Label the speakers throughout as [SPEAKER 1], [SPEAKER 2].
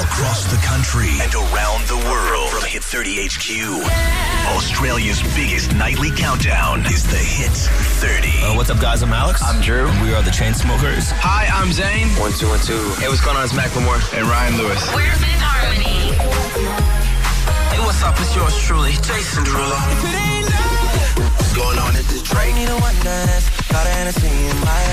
[SPEAKER 1] across the country and around the world from Hit 30 HQ. Australia's biggest nightly countdown is the Hit 30.
[SPEAKER 2] Uh, what's up, guys? I'm Alex. I'm Drew. we are the Chainsmokers.
[SPEAKER 3] Hi, I'm Zane. One, two, one, two. Hey, what's going on? It's Macklemore. And Ryan Lewis.
[SPEAKER 4] We're Fifth Harmony.
[SPEAKER 3] Hey, what's up? It's yours truly, Jason Derulo.
[SPEAKER 1] What's going on at this Drake?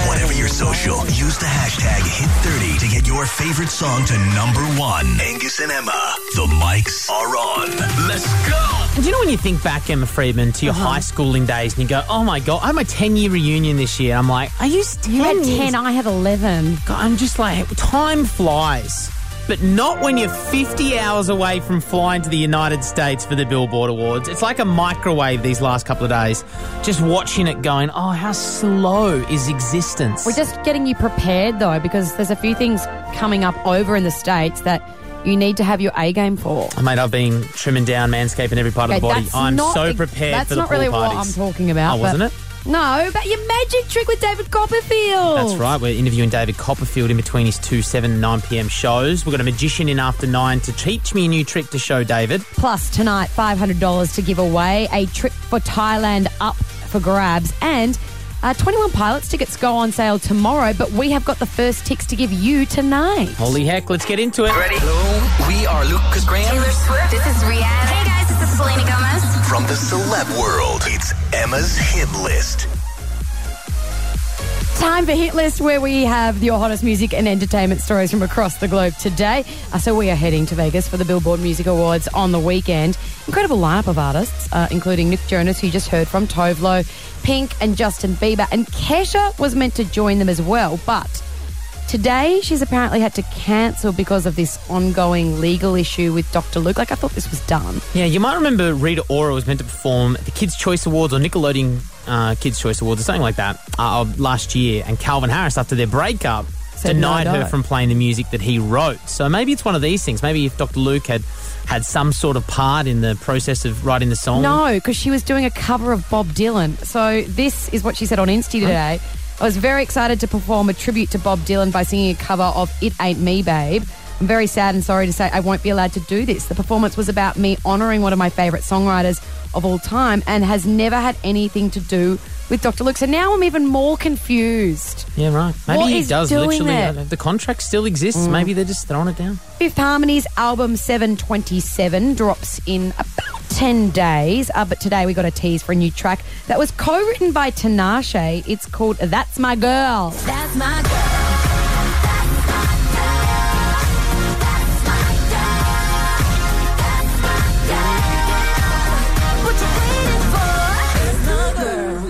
[SPEAKER 1] Whenever you're social, use the hashtag Hit30 to get your favorite song to number one. Angus and Emma, the mics are on. Let's go!
[SPEAKER 5] Do you know when you think back, Emma Friedman, to your
[SPEAKER 6] Uh-huh.
[SPEAKER 5] high schooling days and you go, oh my God, I had my 10 year reunion this year. I'm like, are you 10
[SPEAKER 6] You had
[SPEAKER 5] years?
[SPEAKER 6] 10, I had 11.
[SPEAKER 5] God, I'm just like, time flies. But not when you're 50 hours away from flying to the United States for the Billboard Awards. It's like a microwave these last couple of days. Just watching it going, oh, how slow is existence?
[SPEAKER 6] We're just getting you prepared, though, because there's a few things coming up over in the States that you need to have your A game for.
[SPEAKER 5] Mate, I've been trimming down, manscaping every part of the
[SPEAKER 6] Okay,
[SPEAKER 5] body.
[SPEAKER 6] that's
[SPEAKER 5] I'm
[SPEAKER 6] not
[SPEAKER 5] so
[SPEAKER 6] ex-
[SPEAKER 5] prepared
[SPEAKER 6] That's
[SPEAKER 5] for the
[SPEAKER 6] not
[SPEAKER 5] pool
[SPEAKER 6] really
[SPEAKER 5] parties.
[SPEAKER 6] what I'm talking about.
[SPEAKER 5] Oh, wasn't
[SPEAKER 6] but-
[SPEAKER 5] it?
[SPEAKER 6] No, but your magic trick with David Copperfield.
[SPEAKER 5] That's right. We're interviewing David Copperfield in between his 2, 7, and 9 p.m. shows. We've got a magician in after 9 to teach me a new trick to show David.
[SPEAKER 6] Plus, tonight, $500 to give away, a trip for Thailand up for grabs, and uh, 21 Pilots tickets go on sale tomorrow, but we have got the first ticks to give you tonight.
[SPEAKER 5] Holy heck, let's get into it.
[SPEAKER 3] Hello, we are Lucas Graham.
[SPEAKER 4] Taylor Swift. This is Rihanna. Hey guys, this is Selena Gomez.
[SPEAKER 1] From the celeb world, it's Emma's Hit List.
[SPEAKER 6] Time for Hit List, where we have your hottest music and entertainment stories from across the globe today. Uh, so we are heading to Vegas for the Billboard Music Awards on the weekend. Incredible lineup of artists, uh, including Nick Jonas, who you just heard from, Tovlo, Pink, and Justin Bieber. And Kesha was meant to join them as well, but today she's apparently had to cancel because of this ongoing legal issue with Dr. Luke. Like I thought this was done.
[SPEAKER 5] Yeah, you might remember Rita Ora was meant to perform at the Kids' Choice Awards or Nickelodeon uh, Kids' Choice Awards or something like that uh, of last year. And Calvin Harris, after their breakup,
[SPEAKER 6] Said
[SPEAKER 5] denied
[SPEAKER 6] no, no.
[SPEAKER 5] her from playing the music that he wrote. So maybe it's one of these things. Maybe if Dr. Luke had had some sort of part in the process of writing the song.
[SPEAKER 6] No, because she was doing a cover of Bob Dylan. So this is what she said on Insta today. I was very excited to perform a tribute to Bob Dylan by singing a cover of It Ain't Me, Babe. I'm very sad and sorry to say I won't be allowed to do this. The performance was about me honouring one of my favourite songwriters of all time and has never had anything to do with Dr. Luke. So now I'm even more confused.
[SPEAKER 5] Yeah, right. Maybe
[SPEAKER 6] What
[SPEAKER 5] he
[SPEAKER 6] is
[SPEAKER 5] does
[SPEAKER 6] doing
[SPEAKER 5] literally.
[SPEAKER 6] there? Mm.
[SPEAKER 5] uh, The contract still exists. Maybe they're just throwing it down.
[SPEAKER 6] Fifth Harmony's album 727 drops in about 10 days, uh, but today we got a tease for a new track that was co written by Tinashe. It's called That's My Girl.
[SPEAKER 4] That's my girl.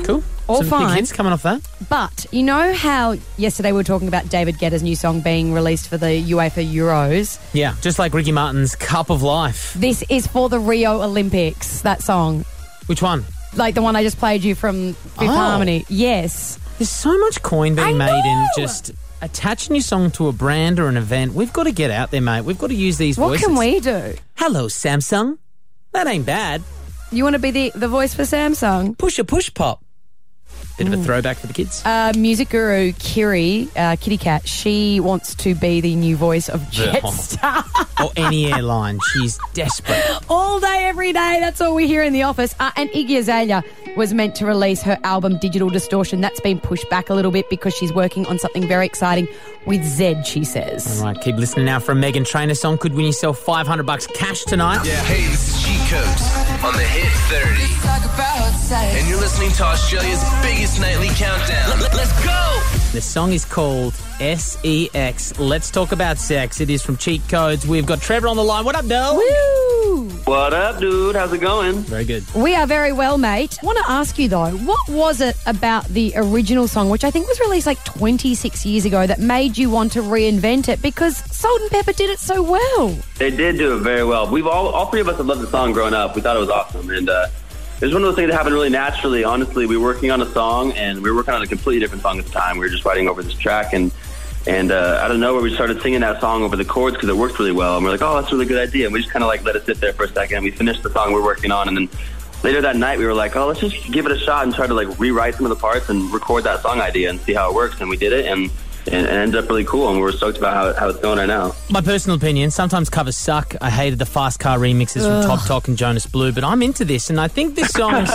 [SPEAKER 5] Cool.
[SPEAKER 6] All
[SPEAKER 5] Some
[SPEAKER 6] fine.
[SPEAKER 5] big hits coming off that.
[SPEAKER 6] But you know how yesterday we were talking about David Guetta's new song being released for the UEFA Euros?
[SPEAKER 5] Yeah, just like Ricky Martin's Cup of Life.
[SPEAKER 6] This is for the Rio Olympics, that song.
[SPEAKER 5] Which one?
[SPEAKER 6] Like the one I just played you from Fifth
[SPEAKER 5] Oh.
[SPEAKER 6] Harmony. Yes.
[SPEAKER 5] There's so much coin being
[SPEAKER 6] I
[SPEAKER 5] made in
[SPEAKER 6] know!
[SPEAKER 5] just attaching your song to a brand or an event. We've got to get out there, mate. We've got to use these
[SPEAKER 6] What
[SPEAKER 5] voices.
[SPEAKER 6] can we do?
[SPEAKER 5] Hello, Samsung. That ain't bad.
[SPEAKER 6] You want to be the, the voice for Samsung?
[SPEAKER 5] Push a push pop. Bit of a throwback for the kids.
[SPEAKER 6] uh, music guru Kiri uh, Kitty Cat. She wants to be the new voice of Jetstar
[SPEAKER 5] or any airline. She's desperate.
[SPEAKER 6] all day, every day. That's all we hear in the office. Uh, and Iggy Azalea was meant to release her album Digital Distortion. That's been pushed back a little bit because she's working on something very exciting with Zed. She says.
[SPEAKER 5] All right, keep listening now for a Megan Trainor song. Could win yourself 500 bucks cash tonight.
[SPEAKER 3] Yeah. Hey, this is G Coast on the Hit 30. And you're listening to Australia's biggest nightly countdown. Let's go!
[SPEAKER 5] The song is called SEX. Let's talk about sex. It is from Cheat Codes. We've got Trevor on the line. What up, Del?
[SPEAKER 6] Woo!
[SPEAKER 7] What up, dude? How's it going?
[SPEAKER 5] Very good.
[SPEAKER 6] We are very well, mate. Want to ask you though, what was it about the original song, which I think was released like 26 years ago, that made you want to reinvent it? Because Salt and Pepper did it so well.
[SPEAKER 7] They did do it very well. We've all, all three of us have loved the song growing up. We thought it was awesome, and uh, it was one of those things that happened really naturally. Honestly, we were working on a song, and we were working on a completely different song at the time. We were just writing over this track, and and uh, I don't know where we started singing that song over the chords because it worked really well. And we're like, oh, that's a really good idea. And we just kind of like let it sit there for a second. And we finished the song we we're working on, and then later that night we were like, oh, let's just give it a shot and try to like rewrite some of the parts and record that song idea and see how it works. And we did it, and and it ended up really cool. And we were stoked about how, how it's going right now.
[SPEAKER 5] My personal opinion, sometimes covers suck. I hated the fast car remixes
[SPEAKER 6] Ugh.
[SPEAKER 5] from Top Talk and Jonas Blue, but I'm into this, and I think this song's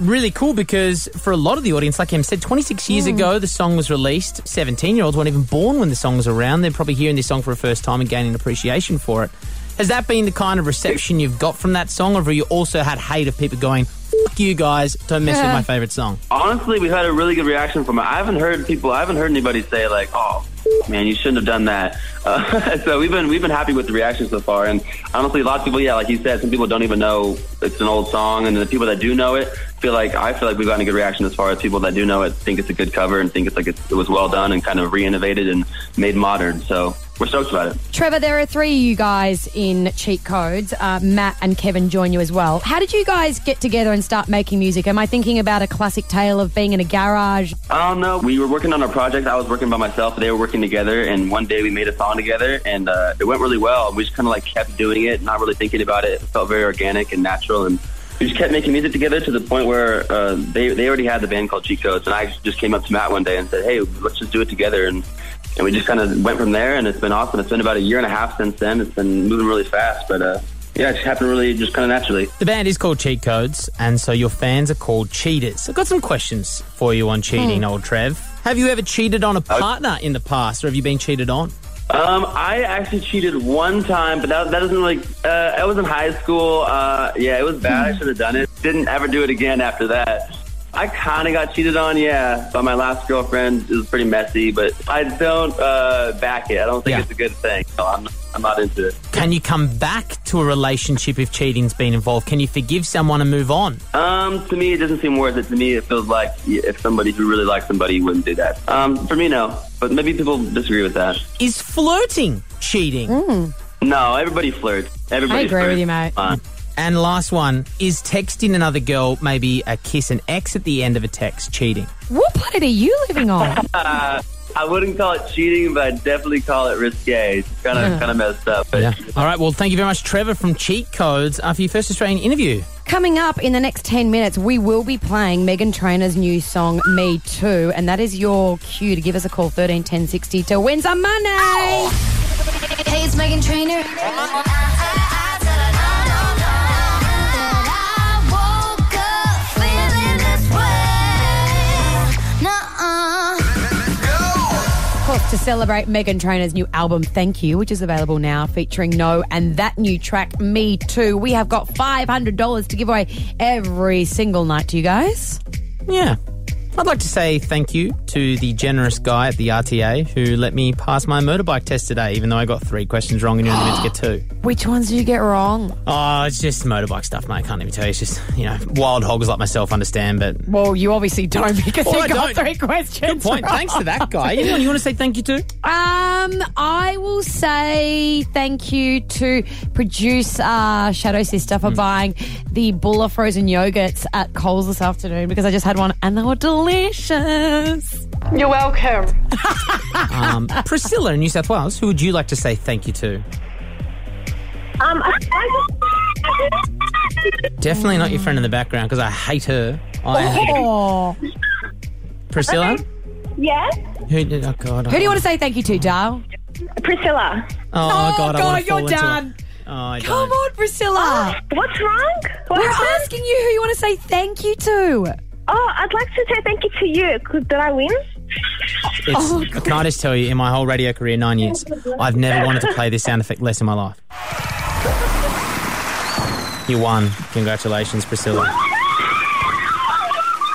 [SPEAKER 5] really cool because for a lot of the audience, like Em said, 26 years ago the song was released. 17 year olds weren't even born when the song was around. They're probably hearing this song for the first time and gaining appreciation for it. Has that been the kind of reception you've got from that song, or have you also had hate of people going, "Fuck you guys, don't mess with
[SPEAKER 6] Yeah.
[SPEAKER 5] my favorite song"?
[SPEAKER 7] Honestly, we've had a really good reaction from it. I haven't heard people. I haven't heard anybody say like, "Oh, man, you shouldn't have done that." Uh, so we've been we've been happy with the reaction so far. And honestly, a lot of people, yeah, like you said, some people don't even know it's an old song, and the people that do know it feel like I feel like we've gotten a good reaction as far as people that do know it think it's a good cover and think it's like it's, it was well done and kind of reinnovated and made modern. So we're stoked about it.
[SPEAKER 6] Trevor, there are three of you guys in Cheat Codes. Uh, Matt and Kevin join you as well. How did you guys get together and start making music? Am I thinking about a classic tale of being in a garage?
[SPEAKER 7] I don't know. We were working on a project. I was working by myself. They were working together. And one day we made a song together, and uh, it went really well. We just kind of like kept doing it, not really thinking about it. It felt very organic and natural. And we just kept making music together to the point where uh, they they already had the band called Cheat Codes, and I just came up to Matt one day and said, "Hey, let's just do it together." And and we just kind of went from there. And it's been awesome. It's been about a year and a half since then. It's been moving really fast, but uh, yeah, it just happened really just kind of naturally.
[SPEAKER 5] The band is called Cheat Codes, and so your fans are called cheaters. I've got some questions for you on cheating, old Trev. Have you ever cheated on a partner in the past, or have you been cheated on?
[SPEAKER 7] Um, I actually cheated one time, but that, that doesn't like. Uh, I was in high school. Uh, yeah, it was bad.
[SPEAKER 6] Hmm.
[SPEAKER 7] I should have done it. Didn't ever do it again after that. I kind of got cheated on, yeah, by my last girlfriend. It was pretty messy, but I don't uh, back it. I don't think
[SPEAKER 5] Yeah.
[SPEAKER 7] it's a good thing. So I'm, I'm not into it.
[SPEAKER 5] Can you come back to a relationship if cheating's been involved? Can you forgive someone and move on?
[SPEAKER 7] Um, to me, it doesn't seem worth it. To me, it feels like if somebody who really likes somebody wouldn't do that. Um, for me, no. But maybe people disagree with that.
[SPEAKER 5] Is flirting cheating?
[SPEAKER 7] No, everybody flirts. Everybody
[SPEAKER 6] I agree
[SPEAKER 7] flirts.
[SPEAKER 6] with you, mate.
[SPEAKER 7] Come on.
[SPEAKER 5] And last one, is texting another girl maybe a kiss and X at the end of a text cheating?
[SPEAKER 6] What planet are you living on?
[SPEAKER 7] I wouldn't call it cheating, but I'd definitely call it risque. It's kind of kind of messed up. But
[SPEAKER 5] Yeah. All right, well, thank you very much, Trevor from Cheat Codes, uh, for your first Australian interview.
[SPEAKER 6] Coming up in the next 10 minutes, we will be playing Megan Trainor's new song, Me Too, and that is your cue to give us a call, 13 10 60, to win some money.
[SPEAKER 4] Hey, it's Megan Trainer.
[SPEAKER 6] Of course, to celebrate Megan Trainor's new album, Thank You, which is available now, featuring No and that new track, Me Too. We have got $500 to give away every single night to you guys.
[SPEAKER 5] Yeah. I'd like to say thank you to the generous guy at the RTA who let me pass my motorbike test today, even though I got three questions wrong and you only meant to get two.
[SPEAKER 6] Which ones do you get wrong?
[SPEAKER 5] Oh, it's just motorbike stuff, mate. I can't even tell you. It's just, you know, wild hogs like myself understand, but.
[SPEAKER 6] Well, you obviously don't because
[SPEAKER 5] Well, I
[SPEAKER 6] you got
[SPEAKER 5] don't.
[SPEAKER 6] three
[SPEAKER 5] Good
[SPEAKER 6] questions.
[SPEAKER 5] point.
[SPEAKER 6] wrong.
[SPEAKER 5] Thanks to that guy. Anyone you want to say thank you to?
[SPEAKER 6] Um, I will say thank you to producer uh, Shadow Sister
[SPEAKER 5] Hmm.
[SPEAKER 6] for buying the Bulla frozen yogurts at Coles this afternoon because I just had one and they were delicious.
[SPEAKER 8] You're welcome.
[SPEAKER 5] Um, Priscilla in New South Wales, who would you like to say thank you to?
[SPEAKER 8] Um,
[SPEAKER 5] Definitely not your friend in the background because I hate her. I hate
[SPEAKER 6] Oh.
[SPEAKER 5] Priscilla.
[SPEAKER 8] yes,
[SPEAKER 5] Who, oh, God.
[SPEAKER 6] Who do you want to say thank you to, Dal?
[SPEAKER 8] Priscilla.
[SPEAKER 5] Oh, God. I
[SPEAKER 6] God,
[SPEAKER 5] wanna fall
[SPEAKER 6] you're
[SPEAKER 5] into it.
[SPEAKER 6] done.
[SPEAKER 5] Oh, I
[SPEAKER 6] Come
[SPEAKER 5] don't.
[SPEAKER 6] on,
[SPEAKER 5] Oh.
[SPEAKER 6] Priscilla.
[SPEAKER 8] What's wrong? What
[SPEAKER 6] We're
[SPEAKER 8] happened?
[SPEAKER 6] asking you who you want to say thank you to.
[SPEAKER 8] Oh, I'd like to say thank you to you. 'cause Did I win?
[SPEAKER 5] It's,
[SPEAKER 6] Oh,
[SPEAKER 5] can I just tell you, in my whole radio career, nine years, I've never wanted to play this sound effect less in my life. You won. Congratulations, Priscilla.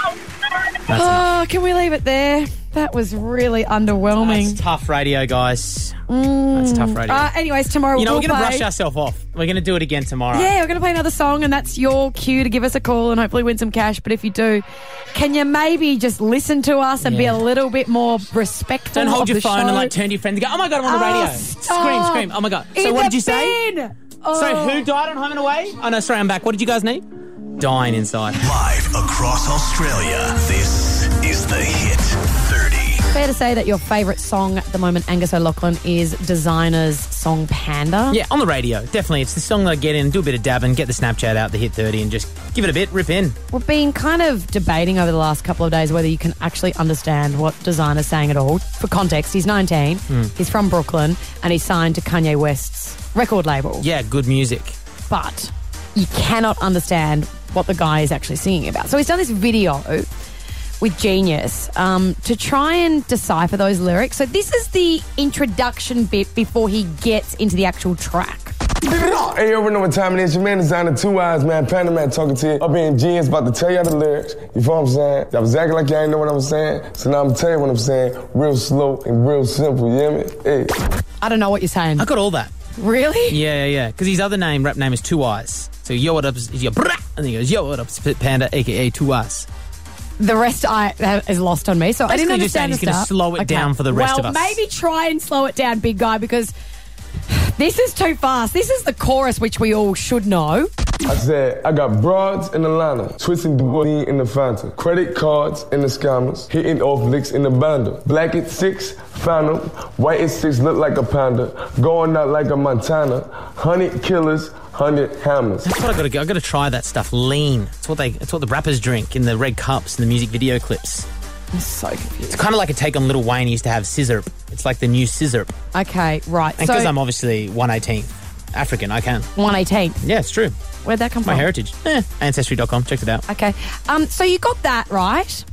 [SPEAKER 5] That's, enough.
[SPEAKER 6] Oh, can we leave it there? That was really
[SPEAKER 5] That's
[SPEAKER 6] underwhelming.
[SPEAKER 5] tough radio, guys. That's tough radio.
[SPEAKER 6] Uh, anyways, tomorrow
[SPEAKER 5] you know, we're
[SPEAKER 6] we'll
[SPEAKER 5] going to
[SPEAKER 6] play-
[SPEAKER 5] brush ourselves off. We're going to do it again tomorrow.
[SPEAKER 6] Yeah, we're going to play another song, and that's your cue to give us a call and hopefully win some cash. But if you do, can you maybe just listen to us and be
[SPEAKER 5] Yeah.
[SPEAKER 6] a little bit more respectful?
[SPEAKER 5] Don't hold
[SPEAKER 6] of
[SPEAKER 5] your
[SPEAKER 6] the
[SPEAKER 5] phone
[SPEAKER 6] show?
[SPEAKER 5] and like turn to your friend and go, oh my God, I'm on the
[SPEAKER 6] Oh,
[SPEAKER 5] radio. Scream,
[SPEAKER 6] stop.
[SPEAKER 5] scream. Oh my God. So,
[SPEAKER 6] In
[SPEAKER 5] what
[SPEAKER 6] the
[SPEAKER 5] did you say?
[SPEAKER 6] bin! Oh.
[SPEAKER 5] So, who died on Home and Away? Oh no, sorry, I'm back. What did you guys need? Dying inside.
[SPEAKER 1] Live across Australia, this is the Hit 30.
[SPEAKER 6] Fair to say that your favourite song at the moment, Angus O'Loughlin, is Designer's song Panda.
[SPEAKER 5] Yeah, on the radio, definitely. It's the song that I get in, do a bit of dabbing, get the Snapchat out, the hit 30, and just give it a bit, rip in.
[SPEAKER 6] We've been kind of debating over the last couple of days whether you can actually understand what Designer's saying at all. For context, he's 19, he's from Brooklyn, and he's signed to Kanye West's record label.
[SPEAKER 5] Yeah, good music.
[SPEAKER 6] but you cannot understand what the guy is actually singing about. So he's done this video with Genius um, to try and decipher those lyrics. So this is the introduction bit before he gets into the actual track.
[SPEAKER 9] Hey, you already know what time it is. Your man designer Two Eyes, man. Panda Man talking to you. Up in jeans, about to tell y'all the lyrics. You feel what I'm saying? Y'all was acting like y'all ain't know what I'm saying. So now I'm telling you what I'm saying. Real slow and real simple, you hear me? Hey.
[SPEAKER 6] I don't know what you're saying.
[SPEAKER 5] I got all that.
[SPEAKER 6] Really?
[SPEAKER 5] Yeah, yeah, yeah. Because his other name, rap name, is Two Eyes. So yo, what up? Is your brah? And he goes, yo, what up? Spit Panda, aka Two Eyes.
[SPEAKER 6] The rest I that is lost on me. So I didn't
[SPEAKER 5] Basically just
[SPEAKER 6] understand.
[SPEAKER 5] saying
[SPEAKER 6] the
[SPEAKER 5] he's gonna
[SPEAKER 6] start.
[SPEAKER 5] slow it down for the rest of
[SPEAKER 6] well,
[SPEAKER 5] us.
[SPEAKER 6] maybe try and slow it down, big guy, because this is too fast. This is the chorus, which we all should know.
[SPEAKER 9] I said, I got broads in Atlanta, twisting the booty in the fountain, credit cards in the scammers, hitting off licks in the bundle. Black at six, found 'em. White at six, look like a pounder. Going out like a Montana. Hundred killers, hundred hammers.
[SPEAKER 5] That's what I gotta go. I gotta try that stuff. Lean. It's what they. It's what the rappers drink in the red cups in the music video clips.
[SPEAKER 6] I'm so confused.
[SPEAKER 5] It's kind of like a take on Little Wayne. He used to have Scissor. It's like the new Scissor.
[SPEAKER 6] Okay, right.
[SPEAKER 5] And
[SPEAKER 6] so
[SPEAKER 5] because I'm obviously 118 African, I can.
[SPEAKER 6] 118th.
[SPEAKER 5] Yeah, it's true.
[SPEAKER 6] Where'd that come
[SPEAKER 5] My
[SPEAKER 6] from?
[SPEAKER 5] heritage. Eh, ancestry.com. Check it out.
[SPEAKER 6] Okay. Um, so you got that right.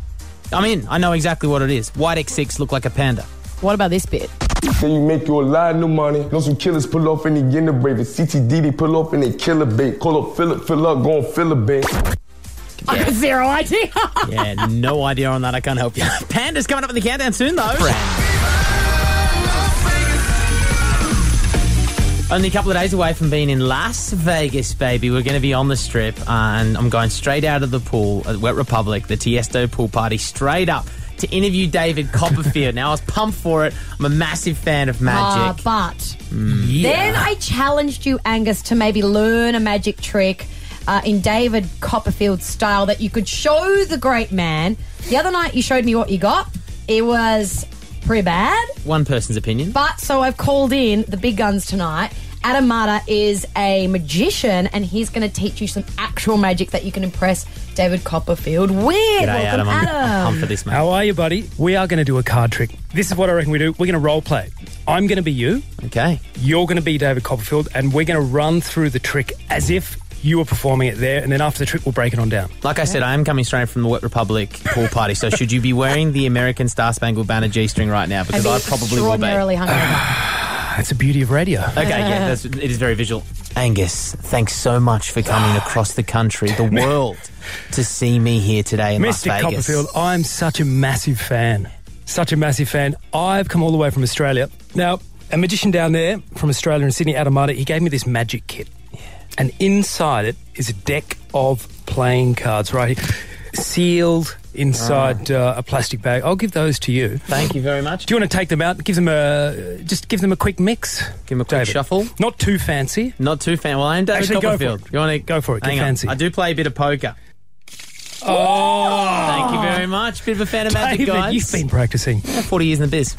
[SPEAKER 5] I'm in. I know exactly what it is. White X6 look like a panda.
[SPEAKER 6] What about this bit?
[SPEAKER 9] Then you make you a lot of new money. Know some killers pull off and they get in the brave. It's CTD, they pull off and they kill a bait. Call up Philip, fill up, go on fill a bait.
[SPEAKER 6] I got zero idea.
[SPEAKER 5] Yeah, no idea on that. I can't help you. Panda's coming up in the countdown soon, though. Only a couple of days away from being in Las Vegas, baby. We're going to be on the strip, and I'm going straight out of the pool at Wet Republic, the Tiesto pool party, straight up to interview David Copperfield. now, I was pumped for it. I'm a massive fan of
[SPEAKER 6] Ah,
[SPEAKER 5] magic. Mm,
[SPEAKER 6] but then I challenged you, Angus, to maybe learn a magic trick uh, in David Copperfield style that you could show the great man. The other night you showed me what you got. It was pretty bad.
[SPEAKER 5] One person's opinion.
[SPEAKER 6] But so I've called in the big guns tonight. Adam Mata is a magician, and he's going to teach you some actual magic that you can impress David Copperfield with.
[SPEAKER 5] G'day, Adam.
[SPEAKER 6] Welcome,
[SPEAKER 5] I'm- I'm pumped
[SPEAKER 6] Adam.
[SPEAKER 5] for this, mate.
[SPEAKER 10] How are you, buddy? We are going to do a card trick. This is what I reckon we do. We're going to role play. I'm going to be you,
[SPEAKER 5] Okay.
[SPEAKER 10] you're going to be David Copperfield, and we're going to run through the trick as if you were performing it there. And then after the trick, we'll break it on down.
[SPEAKER 5] Like I said, I am coming straight from the Wet Republic pool party, so should you be wearing the American Star Spangled Banner G string right now? Because
[SPEAKER 6] I'd be
[SPEAKER 5] I probably will be. Ah, Okay,
[SPEAKER 6] extraordinarily hungover.
[SPEAKER 10] That's the beauty of radio.
[SPEAKER 5] yeah, that's, it is very visual. Angus, thanks so much for coming across the country, the world, to see me here today in Las
[SPEAKER 10] Mr.
[SPEAKER 5] Vegas.
[SPEAKER 10] Copperfield, I'm such a massive fan. Such a massive fan. I've come all the way from Australia. Now, a magician down there from Australia in Sydney, Adamata, he gave me this magic kit. And inside it is a deck of playing cards, right? here, Sealed inside uh, a plastic bag. I'll give those to you.
[SPEAKER 5] Thank you very much.
[SPEAKER 10] Do you want to take them out? Give them a just give them a quick mix.
[SPEAKER 5] Give him a quick
[SPEAKER 10] David.
[SPEAKER 5] shuffle.
[SPEAKER 10] Not too fancy.
[SPEAKER 5] Not too fan. Well, I'm David
[SPEAKER 10] Actually, go for
[SPEAKER 5] Copperfield.
[SPEAKER 10] it.
[SPEAKER 5] You want to
[SPEAKER 10] Go for it. Get
[SPEAKER 5] Hang on.
[SPEAKER 10] fancy.
[SPEAKER 5] I do play a bit of poker.
[SPEAKER 10] Oh,
[SPEAKER 5] Thank you very much. Bit of a fan of magic,
[SPEAKER 10] David,
[SPEAKER 5] guys.
[SPEAKER 10] you've been practicing.
[SPEAKER 5] 40 years in the biz.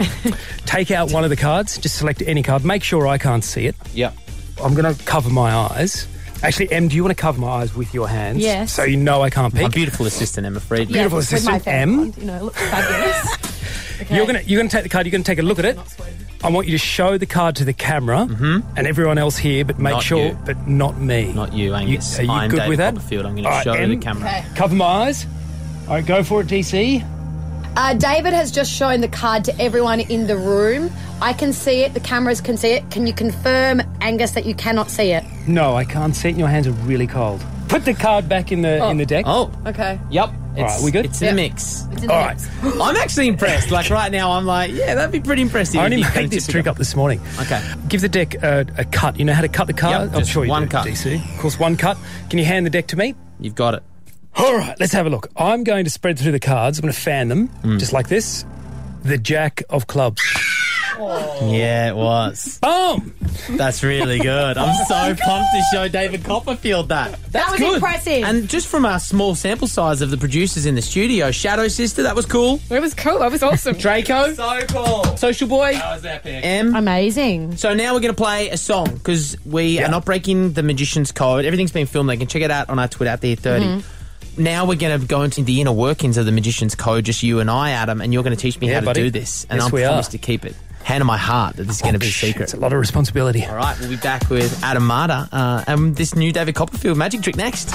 [SPEAKER 10] Take out one of the cards. Just select any card. Make sure I can't see it.
[SPEAKER 5] yep.
[SPEAKER 10] I'm going to cover my eyes. Actually, Em, do you want to cover my eyes with your hands?
[SPEAKER 6] Yes.
[SPEAKER 10] So you know I can't
[SPEAKER 5] My
[SPEAKER 10] pick.
[SPEAKER 5] beautiful assistant, Emma Friedman.
[SPEAKER 10] Beautiful
[SPEAKER 6] With my
[SPEAKER 10] assistant,
[SPEAKER 6] face
[SPEAKER 10] M.
[SPEAKER 6] on, You know, it looks fabulous.
[SPEAKER 10] You're going to you're going to take the card. You're going to take a look at it. I want you to show the card to the camera and everyone else here, but make
[SPEAKER 5] Not
[SPEAKER 10] sure,
[SPEAKER 5] you.
[SPEAKER 10] but not me.
[SPEAKER 5] Not you, Angus.
[SPEAKER 10] are you
[SPEAKER 5] I'm
[SPEAKER 10] good
[SPEAKER 5] David
[SPEAKER 10] with that?
[SPEAKER 5] Copperfield. I'm going to
[SPEAKER 10] All right,
[SPEAKER 5] show the
[SPEAKER 10] Em,
[SPEAKER 5] camera.
[SPEAKER 10] Cover my eyes. All right, go for it, DC.
[SPEAKER 11] Uh, David has just shown the card to everyone in the room. I can see it. The cameras can see it. Can you confirm, Angus, that you cannot see it?
[SPEAKER 10] No, I can't see it. and Your hands are really cold. Put the card back in the in the deck.
[SPEAKER 5] Oh,
[SPEAKER 11] Okay.
[SPEAKER 5] yep. It's,
[SPEAKER 10] right, we good?
[SPEAKER 5] It's in the mix.
[SPEAKER 10] All right.
[SPEAKER 5] I'm actually impressed. Like right now, I'm like, yeah, that'd be pretty impressive.
[SPEAKER 10] I
[SPEAKER 5] if
[SPEAKER 10] only
[SPEAKER 5] you
[SPEAKER 10] made
[SPEAKER 5] kinda
[SPEAKER 10] this
[SPEAKER 5] took it
[SPEAKER 10] trick up this morning.
[SPEAKER 5] Okay.
[SPEAKER 10] Give the deck a, a cut. You know how to cut the card?
[SPEAKER 5] Yep,
[SPEAKER 10] I'm
[SPEAKER 5] just
[SPEAKER 10] sure you
[SPEAKER 5] one
[SPEAKER 10] do,
[SPEAKER 5] cut.
[SPEAKER 10] DC. Of course, one cut. Can you hand the deck to me?
[SPEAKER 5] You've got it.
[SPEAKER 10] All right, let's have a look. I'm going
[SPEAKER 5] Hmm.
[SPEAKER 10] to spread through the cards. I'm going to fan them just like this. The Jack of Clubs.
[SPEAKER 5] Yeah, it was.
[SPEAKER 10] Boom!
[SPEAKER 5] That's really good. I'm
[SPEAKER 6] Oh
[SPEAKER 5] so
[SPEAKER 6] my
[SPEAKER 5] pumped to show David Copperfield that. That's
[SPEAKER 6] was
[SPEAKER 5] good.
[SPEAKER 6] impressive.
[SPEAKER 5] And just from our small sample size of the producers in the studio, Shadow Sister, that was cool.
[SPEAKER 6] It was cool. That was awesome.
[SPEAKER 5] Draco.
[SPEAKER 10] So cool.
[SPEAKER 5] Social Boy.
[SPEAKER 10] That was epic.
[SPEAKER 5] M.
[SPEAKER 6] Amazing.
[SPEAKER 5] So now we're going to play a song because we are not breaking the magician's code. Everything's been filmed. They can check it out on our Twitter at the 30.
[SPEAKER 6] Mhm.
[SPEAKER 5] Now we're going to go into the inner workings of the magician's code, just you and I, Adam, and you're going to teach me
[SPEAKER 10] Yeah,
[SPEAKER 5] how to
[SPEAKER 10] buddy.
[SPEAKER 5] do this. And
[SPEAKER 10] Yes,
[SPEAKER 5] I'm
[SPEAKER 10] we are.
[SPEAKER 5] promised to keep it. Hand on my heart that this is going to be a secret. It's a
[SPEAKER 10] lot of responsibility.
[SPEAKER 5] All right, we'll be back with Adam Marder uh, and this new David Copperfield magic trick next.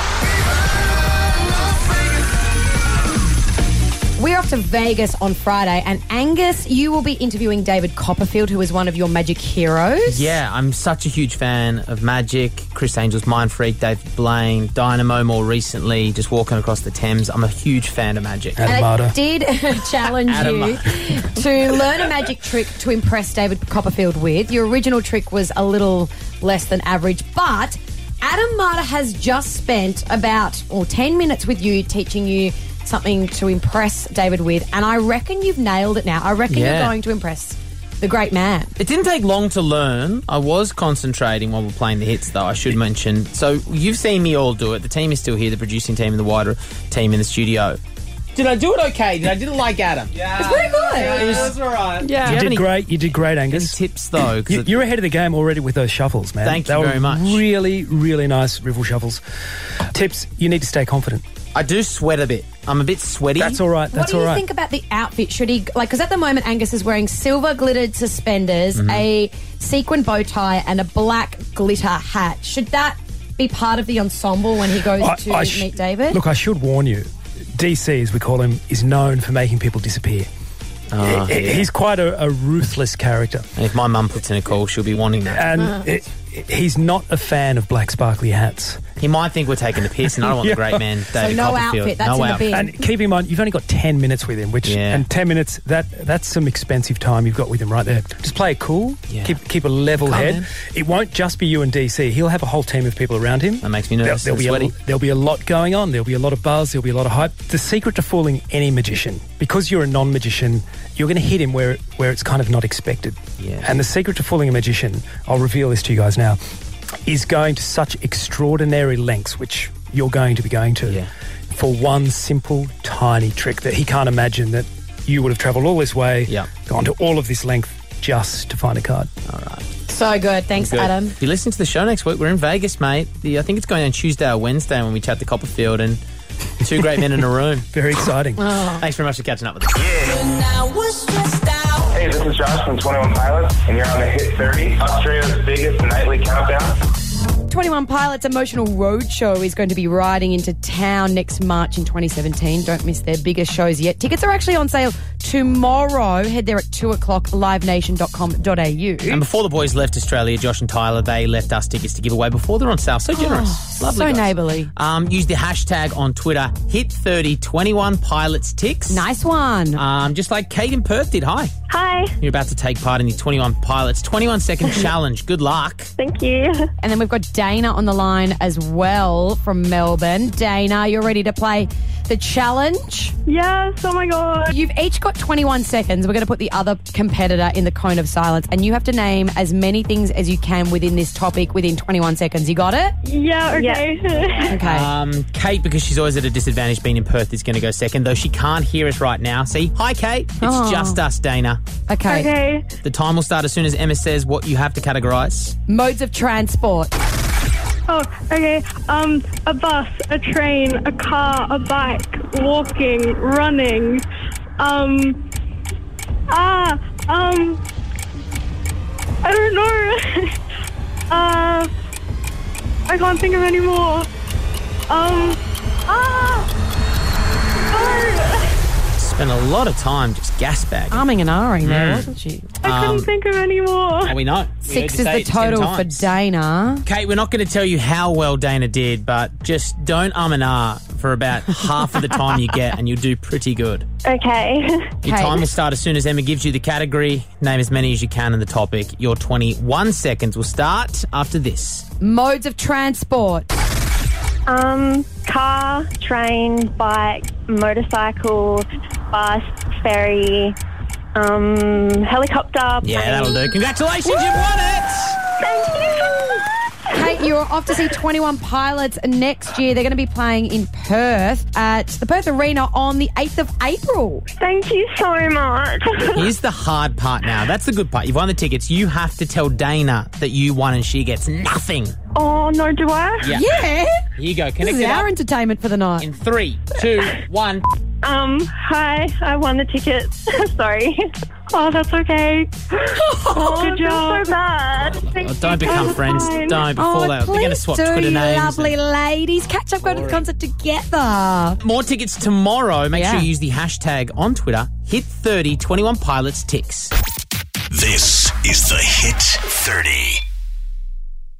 [SPEAKER 6] We're off to Vegas on Friday, and Angus, you will be interviewing David Copperfield, who is one of your magic heroes.
[SPEAKER 5] Yeah, I'm such a huge fan of Magic, Chris Angel's Mind Freak, David Blaine, Dynamo more recently, just walking across the Thames. I'm a huge fan of Magic.
[SPEAKER 6] And I did challenge
[SPEAKER 5] Adam
[SPEAKER 6] you to learn a magic trick to impress David Copperfield with. Your original trick was a little less than average, but Adam Marta has just spent about or 10 minutes with you teaching you something to impress David with, and I reckon you've nailed it now. I reckon
[SPEAKER 5] Yeah.
[SPEAKER 6] you're going to impress the great man.
[SPEAKER 5] It didn't take long to learn. I was concentrating while we we're playing the hits, though, I should mention. So you've seen me all do it. The team is still here, the producing team and the wider team in the studio. Did I do it okay? Did I didn't like Adam? Yeah.
[SPEAKER 6] It's pretty good.
[SPEAKER 5] It was, all right. Yeah.
[SPEAKER 10] You did great. You did great, Angus.
[SPEAKER 5] tips though?
[SPEAKER 10] You, are ahead of the game already with those shuffles, man.
[SPEAKER 5] Thank
[SPEAKER 10] They
[SPEAKER 5] you
[SPEAKER 10] were
[SPEAKER 5] very much.
[SPEAKER 10] Really, really nice riffle shuffles. Tips: You need to stay confident.
[SPEAKER 5] I do sweat a bit. I'm a bit sweaty.
[SPEAKER 10] That's all right.
[SPEAKER 6] What
[SPEAKER 10] That's
[SPEAKER 6] do you
[SPEAKER 10] all right.
[SPEAKER 6] think about the outfit? Should he like? Because at the moment, Angus is wearing silver glittered suspenders, a sequin bow tie, and a black glitter hat. Should that be part of the ensemble when he goes
[SPEAKER 10] I-
[SPEAKER 6] to
[SPEAKER 10] I sh-
[SPEAKER 6] meet David?
[SPEAKER 10] Look, I should warn you. DC, as we call him, is known for making people disappear.
[SPEAKER 5] Ah,
[SPEAKER 10] He- he-
[SPEAKER 5] yeah.
[SPEAKER 10] He's quite a, a ruthless character,
[SPEAKER 5] And if my mum puts in a call, she'll be wanting that.
[SPEAKER 10] and it- he's not a fan of black sparkly hats.
[SPEAKER 5] He might think we're taking the piss, and I don't want
[SPEAKER 10] Yeah.
[SPEAKER 5] the great man, David
[SPEAKER 6] no
[SPEAKER 5] Copperfield.
[SPEAKER 6] outfit, that's
[SPEAKER 5] no
[SPEAKER 6] in the bin.
[SPEAKER 5] outfit.
[SPEAKER 10] And keep in mind, you've only got ten minutes with him, which
[SPEAKER 5] Yeah.
[SPEAKER 10] and ten minutes that that's some expensive time you've got with him right there. Just play it cool.
[SPEAKER 5] Yeah.
[SPEAKER 10] Keep keep a level
[SPEAKER 5] Come on,
[SPEAKER 10] head.
[SPEAKER 5] man.
[SPEAKER 10] It won't just be you and DC. He'll have a whole team of people around him.
[SPEAKER 5] That makes me nervous
[SPEAKER 10] There'll,
[SPEAKER 5] and
[SPEAKER 10] there'll be
[SPEAKER 5] sweaty.
[SPEAKER 10] a, there'll be a lot going on. There'll be a lot of buzz. There'll be a lot of hype. The secret to fooling any magician, because you're a non-magician, you're going to hit him where where it's kind of not expected.
[SPEAKER 5] Yeah.
[SPEAKER 10] And the secret to fooling a magician, I'll reveal this to you guys now, is going to such extraordinary lengths, which you're going to be going to,
[SPEAKER 5] Yeah.
[SPEAKER 10] for one simple tiny trick that he can't imagine that you would have travelled all this way,
[SPEAKER 5] Yeah.
[SPEAKER 10] gone to all of this length just to find a card.
[SPEAKER 6] so good, thanks,
[SPEAKER 5] Good.
[SPEAKER 6] Adam.
[SPEAKER 5] If you listen to the show next week, we're in Vegas, mate. The, I think it's going on Tuesday or Wednesday when we chat to Copperfield and two great men in a room.
[SPEAKER 10] Very exciting.
[SPEAKER 6] Oh.
[SPEAKER 5] Thanks very much for catching up with us.
[SPEAKER 12] Hey, this is Josh from 21 Pilots, and you're on the Hit 30, Australia's biggest nightly countdown.
[SPEAKER 6] 21 Pilots Emotional Roadshow is going to be riding into town next March in 2017. Don't miss their biggest shows yet. Tickets are actually on sale tomorrow. Head there at 2 o'clock, livenation.com.au.
[SPEAKER 5] And before the boys left Australia, Josh and Tyler, they left us tickets to give away before they're on sale. So generous. Lovely.
[SPEAKER 6] Oh, so
[SPEAKER 5] guys.
[SPEAKER 6] neighbourly.
[SPEAKER 5] Um, use the hashtag on Twitter, hit3021 pilots ticks.
[SPEAKER 6] Nice one.
[SPEAKER 5] Um, just like Kate in Perth did. Hi.
[SPEAKER 8] Hi.
[SPEAKER 5] You're about to take part in the 21 Pilots 21 second challenge. Good luck.
[SPEAKER 8] Thank you.
[SPEAKER 6] And then we've got Dana on the line as well from Melbourne. Dana, you're ready to play the challenge.
[SPEAKER 8] Yes. Oh my god.
[SPEAKER 6] You've each got 21 seconds. We're going to put the other competitor in the cone of silence, and you have to name as many things as you can within this topic within 21 seconds. You got it?
[SPEAKER 8] Yeah. Okay.
[SPEAKER 6] Okay.
[SPEAKER 5] Um, Kate, because she's always at a disadvantage being in Perth, is going to go second, though she can't hear us right now. See? Hi, Kate. It's
[SPEAKER 6] Oh.
[SPEAKER 5] just us, Dana.
[SPEAKER 6] okay.
[SPEAKER 8] okay.
[SPEAKER 5] The time will start as soon as Emma says what you have to categorise.
[SPEAKER 6] Modes of transport.
[SPEAKER 8] Oh. Okay. Um. A bus. A train. A car. A bike. Walking. Running. Um. Ah. Um. I don't know. uh. I can't think of any more. Um. Ah. No.
[SPEAKER 5] Spent a lot of time just gas bagging.
[SPEAKER 6] Arming and
[SPEAKER 5] Mm.
[SPEAKER 6] ahhing there, wasn't she?
[SPEAKER 8] I couldn't
[SPEAKER 5] Um,
[SPEAKER 8] think of any more.
[SPEAKER 5] Oh, we know. We heard
[SPEAKER 6] Six
[SPEAKER 5] you
[SPEAKER 6] is
[SPEAKER 5] say
[SPEAKER 6] the
[SPEAKER 5] it ten
[SPEAKER 6] total for
[SPEAKER 5] times.
[SPEAKER 6] Dana.
[SPEAKER 5] Kate, we're not going to tell you how well Dana did, but just don't um and ah for about half of the time you get, and you'll do pretty good.
[SPEAKER 8] Okay.
[SPEAKER 5] Your
[SPEAKER 6] Kate.
[SPEAKER 5] time will start as soon as Emma gives you the category. Name as many as you can in the topic. Your 21 seconds will start after this.
[SPEAKER 6] Modes of transport.
[SPEAKER 8] Um, car, train, bike, motorcycle, bus, ferry,
[SPEAKER 10] Um, helicopter.
[SPEAKER 5] Yeah, that'll do. Congratulations, you've won it!
[SPEAKER 6] Kate, you're off to see 21 Pilots next year. They're going to be playing in Perth at the Perth Arena on the 8th of April.
[SPEAKER 10] Thank you so much.
[SPEAKER 5] Here's the hard part now. That's the good part. You've won the tickets. You have to tell Dana that you won and she gets nothing.
[SPEAKER 10] Oh, no, do I?
[SPEAKER 5] Yeah. Here you go. Connect
[SPEAKER 6] This is
[SPEAKER 5] it up.
[SPEAKER 6] our entertainment for the night.
[SPEAKER 5] In three, two, one.
[SPEAKER 10] Um, hi, I won the tickets. Sorry. Oh, that's okay. Oh,
[SPEAKER 6] Good
[SPEAKER 10] I feel
[SPEAKER 6] job.
[SPEAKER 10] so bad. Thank
[SPEAKER 5] Oh, don't
[SPEAKER 10] you
[SPEAKER 5] become
[SPEAKER 10] guys.
[SPEAKER 5] friends. Don't before
[SPEAKER 6] oh,
[SPEAKER 5] that. They're going to
[SPEAKER 6] please
[SPEAKER 5] swap
[SPEAKER 6] do,
[SPEAKER 5] Twitter
[SPEAKER 6] you
[SPEAKER 5] names.
[SPEAKER 6] lovely ladies. Catch up, go to the concert together.
[SPEAKER 5] More tickets tomorrow. Make sure
[SPEAKER 6] Yeah.
[SPEAKER 5] you use the hashtag on Twitter. Hit 30 21 Pilots ticks.
[SPEAKER 1] This is the Hit 30.